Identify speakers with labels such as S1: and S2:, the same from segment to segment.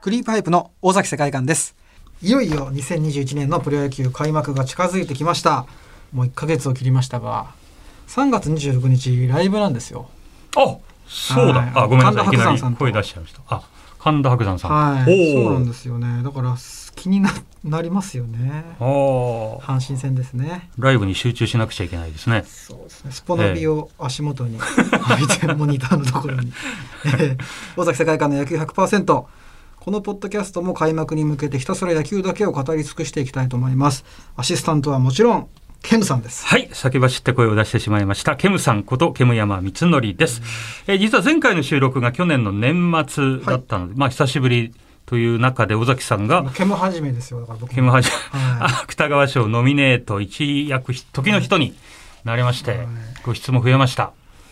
S1: クリープハイプの大崎世界観です。
S2: いよいよ2021年のプロ野球開幕が近づいてきました。もう1ヶ月を切りましたが、3月26日ライブなんですよ。
S3: あそう
S2: はい
S3: だ。あ、ごめんなさい。い
S2: 神田伯
S3: きな
S2: 山
S3: り
S2: さんと
S3: 声出しちゃいました。あ、神田伯山さん。。
S2: はい、そうなんですすよね。だから気にななりますよね。
S3: あー
S2: 阪神戦ですね。
S3: ライブに集中しなくちゃいけないですね。
S2: そうですね。スポナビを足元に置い て、モニターのところに。えー大崎世界観の野球100%。このポッドキャストも開幕に向けてひたすら野球だけを語り尽くしていきたいと思います。アシスタントはもちろん、ケムさんです。
S3: はい。先走って声を出してしまいました。ケムさんこと、ケム山光則です。えー実は前回の収録が去年の年末だったので、まあ、久しぶりという中で、尾崎さん
S2: もう
S3: が、
S2: ケム始めですよ。だから僕も
S3: ケムはじ、
S2: はい
S3: 芥川賞ノミネート一躍ひ時の人になりまして、
S2: はい
S3: ご質も増えました。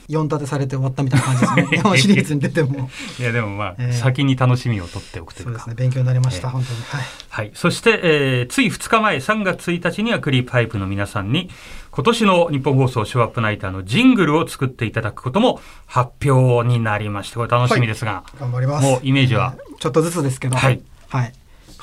S2: 4立てされて終わったみたいな感じですね。日本シリーズに出ても。
S3: いや、でもまあ、
S2: えー
S3: 先に楽しみを取っておくとい
S2: そう
S3: う
S2: で
S3: か
S2: す。ね。勉強になりました。
S3: ええ
S2: 本当に。はい。
S3: はい。そして、えーつい2日前、3月1日にはクリープハイプの皆さんに、今年の日本放送ショーアップナイターのジングルを作っていただくことも発表になりまして、これ楽しみですが、
S2: 頑張ります。
S3: もうイメージは、
S2: ちょっとずつですけど、
S3: はい
S2: はい。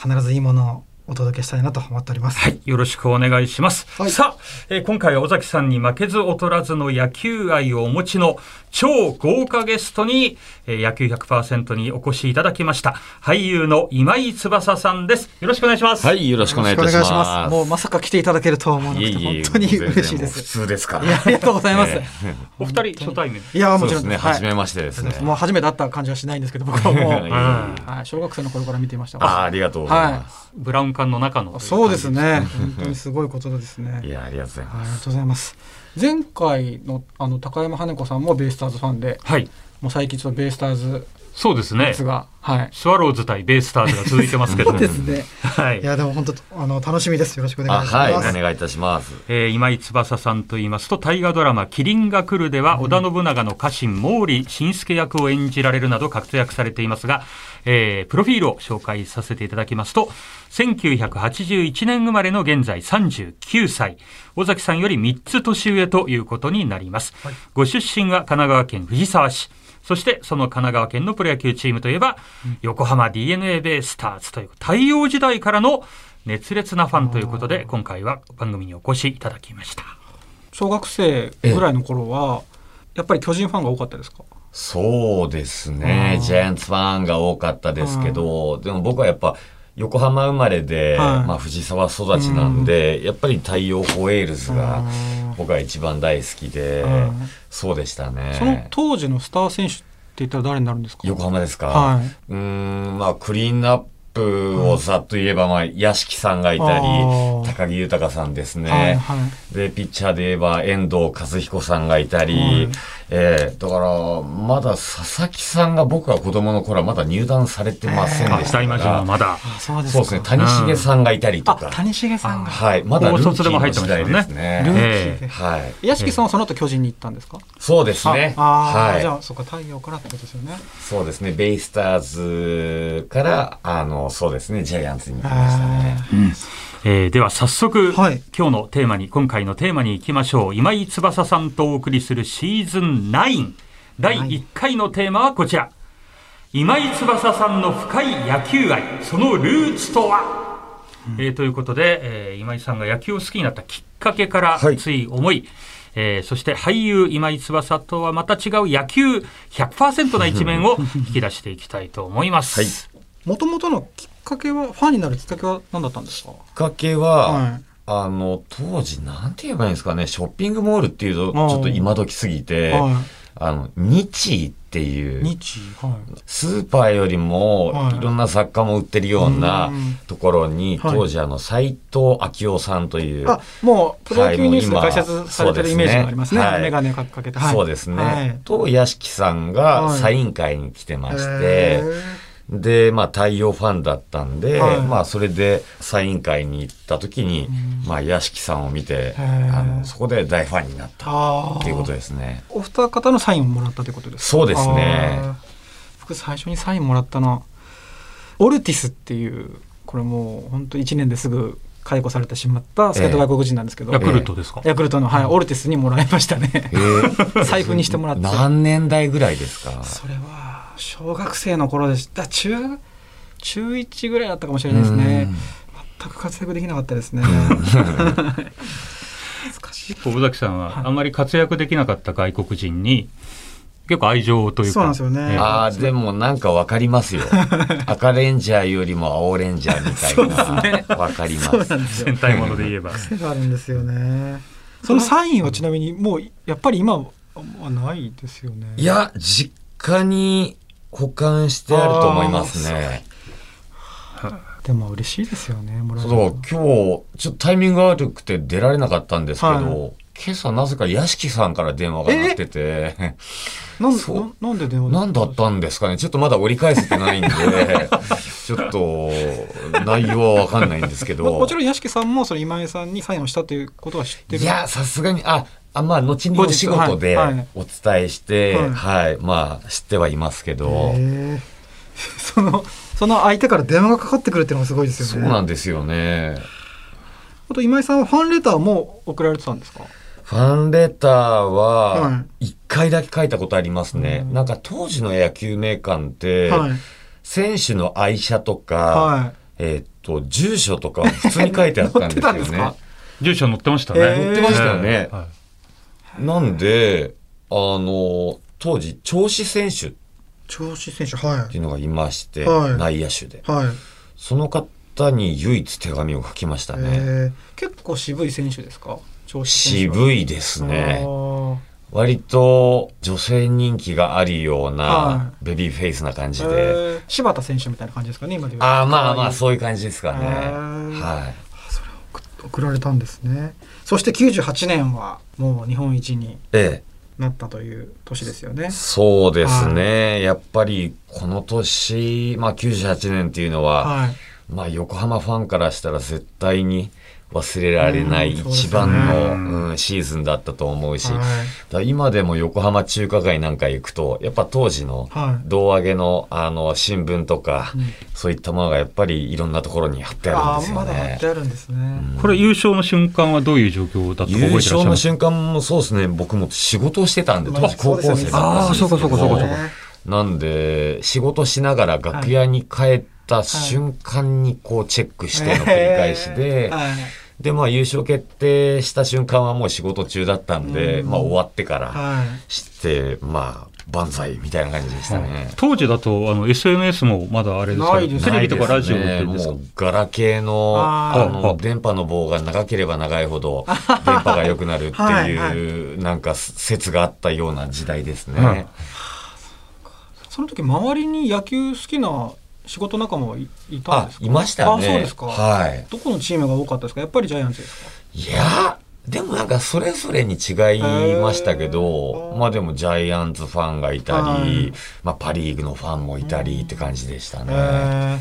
S2: 必ずいいものをお届けしたいなと思っております。
S3: はい、よろしくお願いします。
S2: はい
S3: さあ、えー今回は尾崎さんに負けず劣らずの野球愛をお持ちの超豪華ゲストに、えー野球100%にお越しいただきました、俳優の今井翼さんです。よろしくお願いします。
S4: はい、よろしくお願いいたします。
S2: もうまさか来ていただけるとは思わなくて、本当に嬉しいで
S4: 普
S2: す。
S4: 通ですか
S2: いや、ありがとうございます。
S4: え
S3: お二人、初対面。
S2: いや、
S4: そ
S2: も
S4: う
S2: ち
S4: で
S2: ろん
S4: すね、
S2: はい
S4: 初めましてですね。
S2: もう初めて会った感じはしないんですけど、僕はもう、
S4: いやいやい
S2: は
S4: や
S2: い、小学生の頃から見ていました。
S4: あありがとうございます。
S3: ブラウン管の中の。
S2: そうです。ね。本当にすごいことですね。
S4: いや、ありがとうござい
S2: はいあ
S4: ま
S2: り
S4: す。
S2: がとうございます。前回のあの高山羽子さんもベイスターズファンで、
S3: はい。
S2: もう最近ちょっとベイスターズ
S3: そうですね。
S2: 熱が、はい。
S3: スワローズ対ベイスターズが続いてますけ ど。
S2: そうですね。
S3: はい
S2: い。やでも本当あの楽しみです。よろしくお願
S4: あ、
S2: いしま
S4: は
S2: す。
S4: い、お願いいたします。
S3: えー今井翼さんと言いますと大河ドラマ「麒麟が来る」では織田信長の家臣毛利新介役を演じられるなど活躍されていますが、えープロフィールを紹介させていただきますと1981年生まれの現在39歳尾崎さんより3つ年上ということになります、ご出身は神奈川県藤沢市そしてその神奈川県のプロ野球チームといえば、横浜 d n a ベイスターズという太陽時代からの熱烈なファンということで今回は番組にお越しいただきました
S2: 小学生ぐらいの頃は、やっぱり巨人ファンが多かったですか。
S4: そうですね、ジャイアンツファンが多かったですけど、でも僕はやっぱ、横浜生まれで、
S2: はい
S4: まあ藤沢育ちなんで、やっぱり太陽ホエールズが僕は一番大好きで
S2: うん、
S4: そうでしたね。
S2: その当時のスター選手って言ったら誰になるんですか。
S4: 横浜ですか、
S2: は
S4: うーん、まあ、クリーンアップをざっと言えば、まあ、屋敷さんがいたり
S2: あー、
S4: 高木豊さんですね。
S2: はいはい。
S4: で、ピッチャーで言えば、遠藤和彦さんがいたり、
S2: はい
S4: ええだから、まだ佐々木さんが僕は子供の頃はまだ入団されてません
S2: えー
S4: で
S3: あ
S4: したか
S3: 大魔神は
S4: ら、
S3: まだ
S2: あそうです
S4: そう
S2: か。
S4: ですね、谷重さんがいたりと
S2: あ
S4: か、
S2: 谷重さんが。
S4: はい、まだルーキーの時代です
S2: ルー
S4: ね。
S2: キーで。
S4: はい。
S2: 屋敷さんはその後巨人に行ったんですか。
S4: そうですね。
S2: ああー、
S4: はい。
S2: じゃあそっか太陽からってことですよね。
S4: そうですね、ベイスターズから、あの、そうですね、ジャイアンツに行きましたね。
S2: あ
S3: えーでは早速、
S2: はい
S3: 今日のテーマに今回のテーマに行きましょう今井翼さんとお送りするシーズン9第1回のテーマはこちら今井翼さんの深い野球愛そのルーツとは、えーということで、えー今井さんが野球を好きになったきっかけから
S4: はい
S3: つい思い、えーそして俳優今井翼とはまた違う野球100%な一面を引き出していきたいと思います。
S4: はい
S2: ー。もともとのきっかけはファンになるきっかけは何だったんですか。
S4: きっかけは、
S2: はい
S4: あの、当時、なんて言えばいいんですかね、ショッピングモールっていうと、ち
S2: あー
S4: ょっと今時すぎて、
S2: は
S4: あの、日ってい
S2: い。
S4: う、
S2: 日。はい。
S4: スーパーよりも
S2: はい、
S4: いろんな雑貨も売ってるような
S2: うん
S4: ところに、
S2: はい
S4: 当時、あの、斎藤昭夫さんという、
S2: あ、もうプロ野球ニュースで
S4: はい
S2: 解説されてるイメージがありますね。
S4: そうですねはい
S2: メガネかけて。はい
S4: そうですね、
S2: はい
S4: と、屋敷さんが
S2: はい
S4: サイン会に来てまして、
S2: へ
S4: で、まあ、太陽ファンだったんで、
S2: はい
S4: まあ、それで、サイン会に行った時に、まあ、屋敷さんを見て、
S2: ー
S4: あの、そこで大ファンになった
S2: あー
S4: っていうことですね。
S2: お二方のサインをもらったということですか
S4: そうですね
S2: あー僕最初にサインもらったのオルティスっていうこれもう本当1年ですぐ解雇されてしまったスケート外国人なんですけど、
S3: ヤクルトですか、
S2: ヤクルトの、はい、オルティスにもらいましたね 財布にしてもらって
S4: 何年代ぐらいですか
S2: それは小学生の頃でした中中1ぐらいだったかもしれないですね
S4: うん。
S2: 全く活躍できなかったですね。 難しい。
S3: 結構尾崎さんはあまり活躍できなかった外国人に結構愛情というか
S2: そうなんですよね
S3: ええ
S4: ああ、でもなんかわかりま すよ。赤レンジャーよりも青レンジャーみたいな。わ、かりま
S2: そう
S4: す。
S2: なんですよ
S3: 戦。隊もので言えば
S2: 癖があるんですよね。そのサインはちなみにもうやっぱり今はないですよね。
S4: いや、実家に保管してあると思いますね。
S2: でも嬉しいですよね。もら
S4: そうう
S2: の
S4: 今日ちょっとタイミング悪くて出られなかったんですけど、
S2: はい
S4: 今朝なぜか屋敷さんから電話が鳴ってて、
S2: なん
S4: そう
S2: ななんで電話
S4: 何だったんですかねちょっとまだ折り返せてないんで ちょっと内容は分かんないんですけど
S2: ももちろん屋敷さんもその今井さんにサインをしたということは知ってる
S4: いやさすがにああまあ後に
S2: 後
S4: お
S2: 日
S4: 仕事で
S2: はいはい
S4: お伝えして、
S2: は
S4: はいいまあ知ってはいますけど、
S2: へえ そのその相手から電話がかかってくるっていうのがすごいですよね
S4: そうなんですよね。
S2: あと今井さんはファンレターも送られてたんですか
S4: ファンレター
S2: は
S4: は1回だけ書いたことありますね。
S2: うん
S4: なんか当時の野球名鑑って、
S2: はい
S4: 選手の愛車とか、
S2: は
S4: えーっと、住所とかは普通に書いて あった
S2: 載
S4: んですよ
S2: ってたんです
S4: ね
S2: か。
S3: 住所載ってましたね、
S2: えー載って
S4: ましたよね
S3: はい
S4: なんで、あの、当時、調子選手っ
S2: 調子選手は
S4: ていうのがいまして、
S2: はい
S4: 内野手で。
S2: はい、
S4: その方に唯一手紙を書きましたね。
S2: えー結構渋い選手ですか調子選手は
S4: 渋いですね
S2: あ。ー
S4: 割と女性人気があるよう
S2: は
S4: なベビーフェイスな感じ
S2: え
S4: で。
S2: ー柴田選手みたいな感じですかね今で言うと
S4: ああ、まあま
S2: は
S4: あ、
S2: い
S4: そういう感じですかね。
S2: へー
S4: は
S2: 送送られたんですねそして98年はもう日本一に
S4: い。え
S2: なったという年ですよね
S4: え、そうですね。やっぱり、この年、まあ98年っていうのは、
S2: はい
S4: まあ、横浜ファンからしたら絶対に忘れられな
S2: う
S4: い
S2: んそうですね
S4: 一番の、うんシーズンだったと思うし、だか
S2: はい
S4: ら今でも横浜中華街なんか行くと、やっぱ当時の
S2: はい
S4: 胴上げのあの新聞とか、
S2: うん
S4: そういったものがやっぱりいろんなところに貼ってあるん
S2: あ
S4: です
S2: ー
S4: よ
S2: まだ貼
S4: ね
S2: って。あるんですね、
S3: これ優勝の瞬間はどういう状況だったか覚えて
S4: 優
S3: らっしゃ
S4: 勝
S3: い
S4: の
S3: ます
S4: 瞬間もそうですね、僕も仕事をしてたんで、
S2: まあ
S4: 当時高校生だったんです
S3: そうで
S4: けど。
S3: すよねあーそうかそうかそうかそうか
S4: なんで、仕事しながら楽屋に帰った瞬間にこうチェックしての繰り返しで、
S2: はい
S4: で、まあ優勝決定した瞬間はもう仕事中だったんで、
S2: うん
S4: まあ終わってか
S2: は
S4: ら
S2: いはい
S4: して、まあ万歳みたいな感じでしたね。
S3: 当時だとあの SNS もまだあれですか
S2: な
S3: ら
S2: いです
S3: テレビとかラジオ
S4: ないですね
S3: ですか
S4: もうガラケーの
S2: あ
S4: あ
S2: ー
S4: の電波の棒が長ければ長いほ ど電波が良くなるっていう
S2: はいは
S4: なんか説があったような時代ですね。
S3: うん
S2: その時周りに野球好きな仕事仲間はいいたん
S4: あ
S2: です、か
S4: いましたね。
S2: あそうですか
S4: はい。
S2: どこのチームが多かったですかやっぱりジャイアンツですか
S4: いやーでもなんかそれぞれに違いましたけど
S2: へ、ー
S4: まあでもジャイアンツファンがいた
S2: はい
S4: り、まあパリーグのファンもいたりって感じでしたね。
S2: へ
S3: あ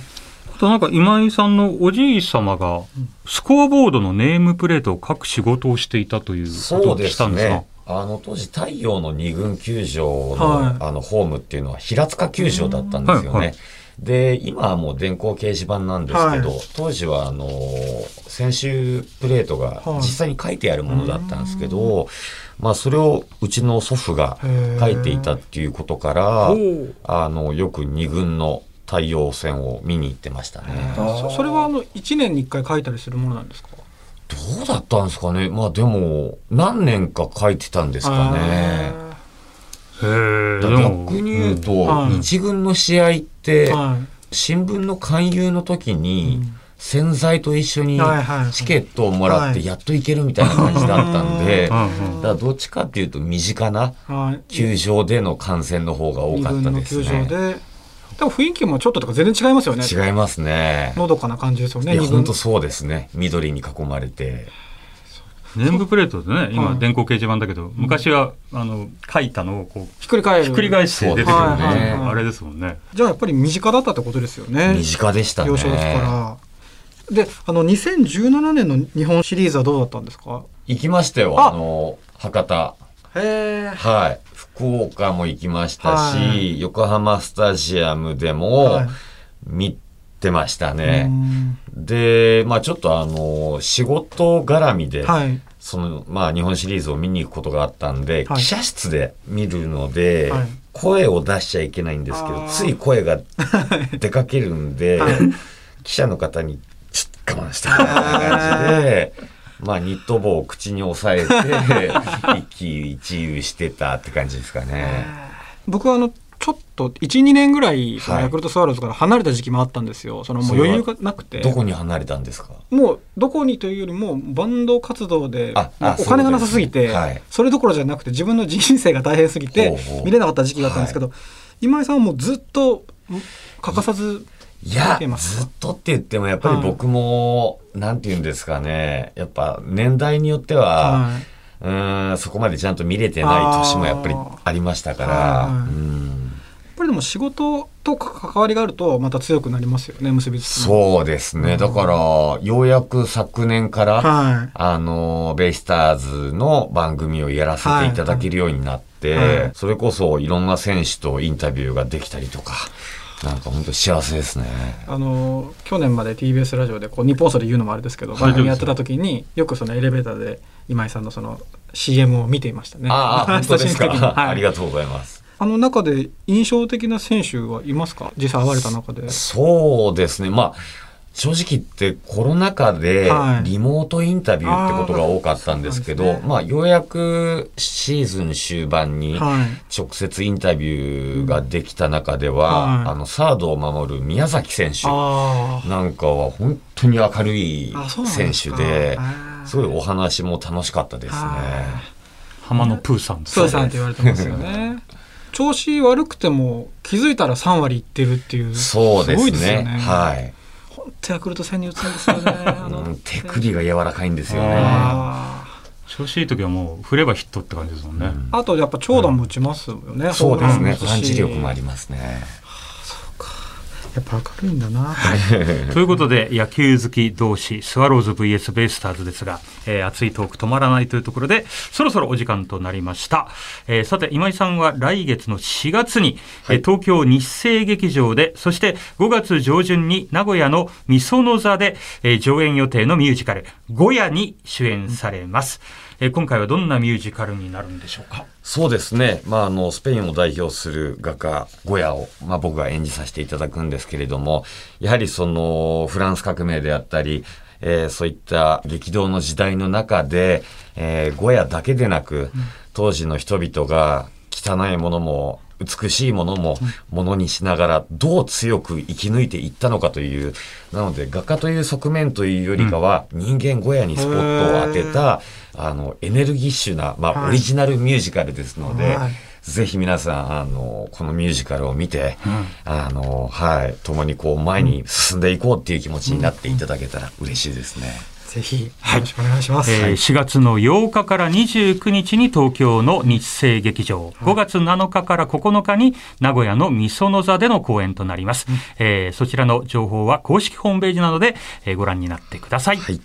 S3: となんか今井さんのおじい様がスコアボードのネームプレートを書く仕事をしていたということ
S4: そ
S3: を
S4: うで
S3: した
S4: す
S3: んですが
S4: ね。あの当時太陽の二軍球場の,、
S2: はい
S4: あのホームっていうのは平塚球場だったんですよね。
S3: うんはいはい
S4: で、今はもう電光掲示板なんですけど、
S2: はい
S4: 当時はあの、選手プレートが
S2: はい
S4: 実際に書いてあるものだったんですけど、まあそれをうちの祖父が
S2: へー
S4: 書いていたっていうことから
S3: お、ー
S4: あの、よく二軍の太陽戦を見に行ってましたね。
S2: ーそそれはあの1年に1回書いたりするものなんですか
S4: どうだったんですかねまあでも、何年か書いてたんですかね。
S2: あ
S3: へーでも
S4: 逆に言うと、
S2: はい
S4: 一軍の試合って
S2: ー、はい
S4: 新聞の勧誘の時に
S2: うん、
S4: 洗剤と一緒に
S2: はいはいはい
S4: チケットをもらっ
S2: は
S4: て、
S2: い
S4: やっと行けるみたいな感じだったんで、
S3: う
S4: だか
S3: んうん
S4: らどっちかっていうと身近な
S2: はい
S4: 球場での観戦の方が多
S2: 二
S4: かっ
S2: 軍
S4: た
S2: の
S4: です
S2: 球場
S4: ね。
S2: ででも雰囲気もちょっととか全然違いますよね
S4: 違いますね。
S2: のどかな感じですよね
S4: いや、
S2: 二軍
S4: 本当そうですね。緑に囲まれて。
S3: ネームプレートでね、
S2: は
S3: 今
S2: い
S3: 電光掲示板だけど、昔はあの書いたのをこ
S2: ひっくり返る
S3: うひっくり返して出てくる
S2: はい
S3: んで、
S2: はいはい
S3: あれですもんね。
S2: じゃあやっぱり身近だったってことですよね
S4: 身近でしたね。
S2: 幼少期からであの2017年の日本シリーズはどうだったんですか
S4: 行きましたよ。
S2: あ
S4: あの、博多。
S2: へえ
S4: はい。福岡も行きましたし、
S2: はい
S4: 横浜スタジアムでも
S2: はい
S4: 見てましたね。で、まあちょっとあの、仕事絡みで、
S2: はい
S4: その、まあ日本シリーズを見に行くことがあったんで、
S2: はい
S4: 記者室で見るので、
S2: はい
S4: 声を出しちゃいけないんですけ
S2: あ
S4: ど
S2: ー
S4: つい 声が出かけるんで、
S2: はい
S4: 記者の方に「ちょっと我慢して」みたいな感じで。まあ、ニット帽を口に押さ えて一喜一憂してたって感じですかね。
S2: 僕はあのちょっと12年ぐらいその
S4: はい
S2: ヤクルトスワローズから離れた時期もあったんですよそのもう余裕がなくて
S4: どこに離れたんですか
S2: もうどこにというよりもバンド活動で
S4: ああ
S2: お金がなさすぎ
S4: そう
S2: て
S4: です
S2: そ,、
S4: ねはい
S2: れどころじゃなくて自分の人生が大変すぎて
S4: ほうほう
S2: 見れなかった時期があったんですけど、今井さんはもうずっとん欠かさず
S4: いや、
S2: 見てます
S4: ずっとって言っても、やっぱり僕も、なんて言うんですかね、やっぱ年代によっては、
S2: はい、
S4: うーん、そこまでちゃんと見れてない年もやっぱりありましたか
S2: あ
S4: ら、
S2: ーはい
S4: うん
S2: やっぱりでも仕事とか関わりがあるとまた強くなりますよね結びつきも
S4: そうですね。だから、ようやく昨年から、
S2: はい
S4: あの、ベイスターズの番組をやらせていただけるようになって、
S2: はいはい
S4: それこそいろんな選手とインタビューができたりとか、なんか本当幸せですね。
S2: あの去年まで TBS ラジオでこう日本放送で言うのもあれですけど
S3: はい
S2: 番組やってた時によくそのエレベーターで今井さんのその CM を見ていましたね。
S4: ああ、本当ですか。
S2: 久しぶり にはい
S4: ありがとうございます。
S2: あの中で印象的な選手はいますか実際会われた中で。
S4: そうですね。まあ、正直言ってコロナ禍で
S2: はい
S4: リモートインタビューってことが多かったんですけど、
S2: あーそうなんですね
S4: まあ、ようやくシーズン終盤に
S2: はい。
S4: 直接インタビューができた中では、
S2: はい
S4: あの、サードを守る宮崎選手
S2: あ
S4: なんかは本当に明るい
S2: ーあ。そうなん
S4: 選
S2: です
S4: 手
S2: か
S4: で、
S2: あー
S4: すごいお話も楽しかったですね。
S2: あ
S3: 浜野プーさんです
S2: そうさんって言われてますよね。調子悪くても気づいたら3割いってるっていう。
S4: そうです
S2: ご
S4: ね。
S2: いですよね。
S4: はい。
S2: 本当ヤクルト戦に打つんですよね。あ
S4: う
S2: の
S4: ん手首が柔らかいんですよ
S3: あ
S4: ね。
S2: あ
S3: 調子いい時はもう振ればヒットって感じですもんね、
S2: ーあとやっぱ長打も打ちますよね。
S4: そうで
S2: ホー
S4: すね。
S2: ムラン打つし
S4: パンチ力もありますね。
S2: やっぱ明るいんだな。
S3: ということで野球好き同士スワローズ VS ベイスターズですが、えー熱いトーク止まらないというところでそろそろお時間となりました、えーさて今井さんは来月の4月に、えー東京日生劇場でそして5月上旬に名古屋のみその座で、えー上演予定のミュージカル「ゴヤ」に主演されます、えー今回はどんなミュージカルになるんでしょうか
S4: そうですね、まあ、あのスペインを代表する画家ゴヤを、まあ、僕が演じさせていただくんですけれどもやはりそのフランス革命であったり、えーそういった激動の時代の中で、えーゴヤだけでなく当時の人々が汚いものも美しいものもものにしながらどう強く生き抜いていったのかというなので画家という側面というよりかは人間ゴヤにスポットを当てたあのエネルギッシュな、ま
S2: は
S4: あ、
S2: い
S4: オリジナルミュージカルですので、
S2: はい
S4: ぜひ皆さんあのこのミュージカルを見て、あのはい共にこう前に進んでいこうっていう気持ちになっていただけたら嬉しいですね。
S2: ぜひよろしくお願いします。
S3: えー4月の8日から29日に東京の日生劇場、5月7日から9日に名古屋のみその座での公演となります、えーそちらの情報は公式ホームページなどで、えーご覧になってください。
S4: はい、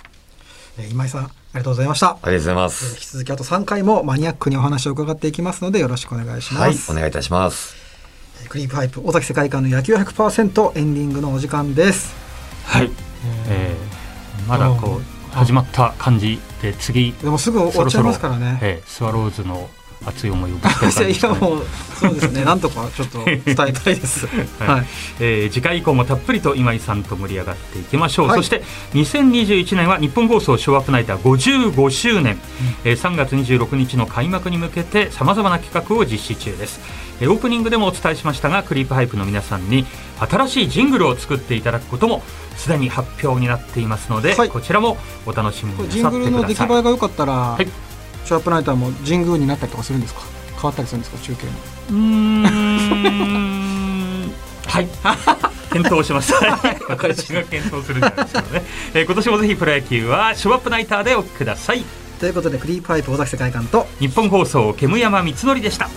S2: えー今井さんありがとうございました。
S4: ありがとうございま
S2: えー引
S4: す。
S2: き続きあと3回もマニアックにお話を伺っていきますのでよろしくお願いし
S4: は
S2: ま
S4: い、
S2: す。
S4: お願いいたします。
S2: えークリープハイプ尾崎世界観の野球100%エンディングのお時間です。
S3: はいえーまだこう始まった感じで次
S2: でもすぐ終わっちゃいますからね。
S3: えースワローズの熱い思いをぶつけ る感じで
S2: い
S3: すか
S2: や
S3: ね
S2: もうそうですね。なんとかちょっと伝えたいです。はい。
S3: えー次回以降もたっぷりと今井さんと盛り上がっていきましょう、
S2: はい
S3: そして2021年は日本放送ショーアップナイター55周年、えー3月26日の開幕に向けてさまざまな企画を実施中です、えーオープニングでもお伝えしましたがクリープハイプの皆さんに新しいジングルを作っていただくこともすでに発表になっていますので、
S2: はい
S3: こちらもお楽しみ
S2: これ
S3: に
S2: ジ
S3: な
S2: ン
S3: さ
S2: グ
S3: って
S2: ル
S3: く
S2: の
S3: だ
S2: 出来
S3: さ
S2: 栄
S3: い
S2: えが良かったら、
S3: い
S2: ショーアップナイターも神宮になったりとかするんですか。変わったりするんですか中継も。
S3: うーん はい。検討しました。私が検討するんじゃないですけどね。えー今年もぜひプロ野球はショーアップナイターでお聞きください。
S2: ということでクリープハイプ尾崎世界観と
S3: 日本放送煙山光則でした。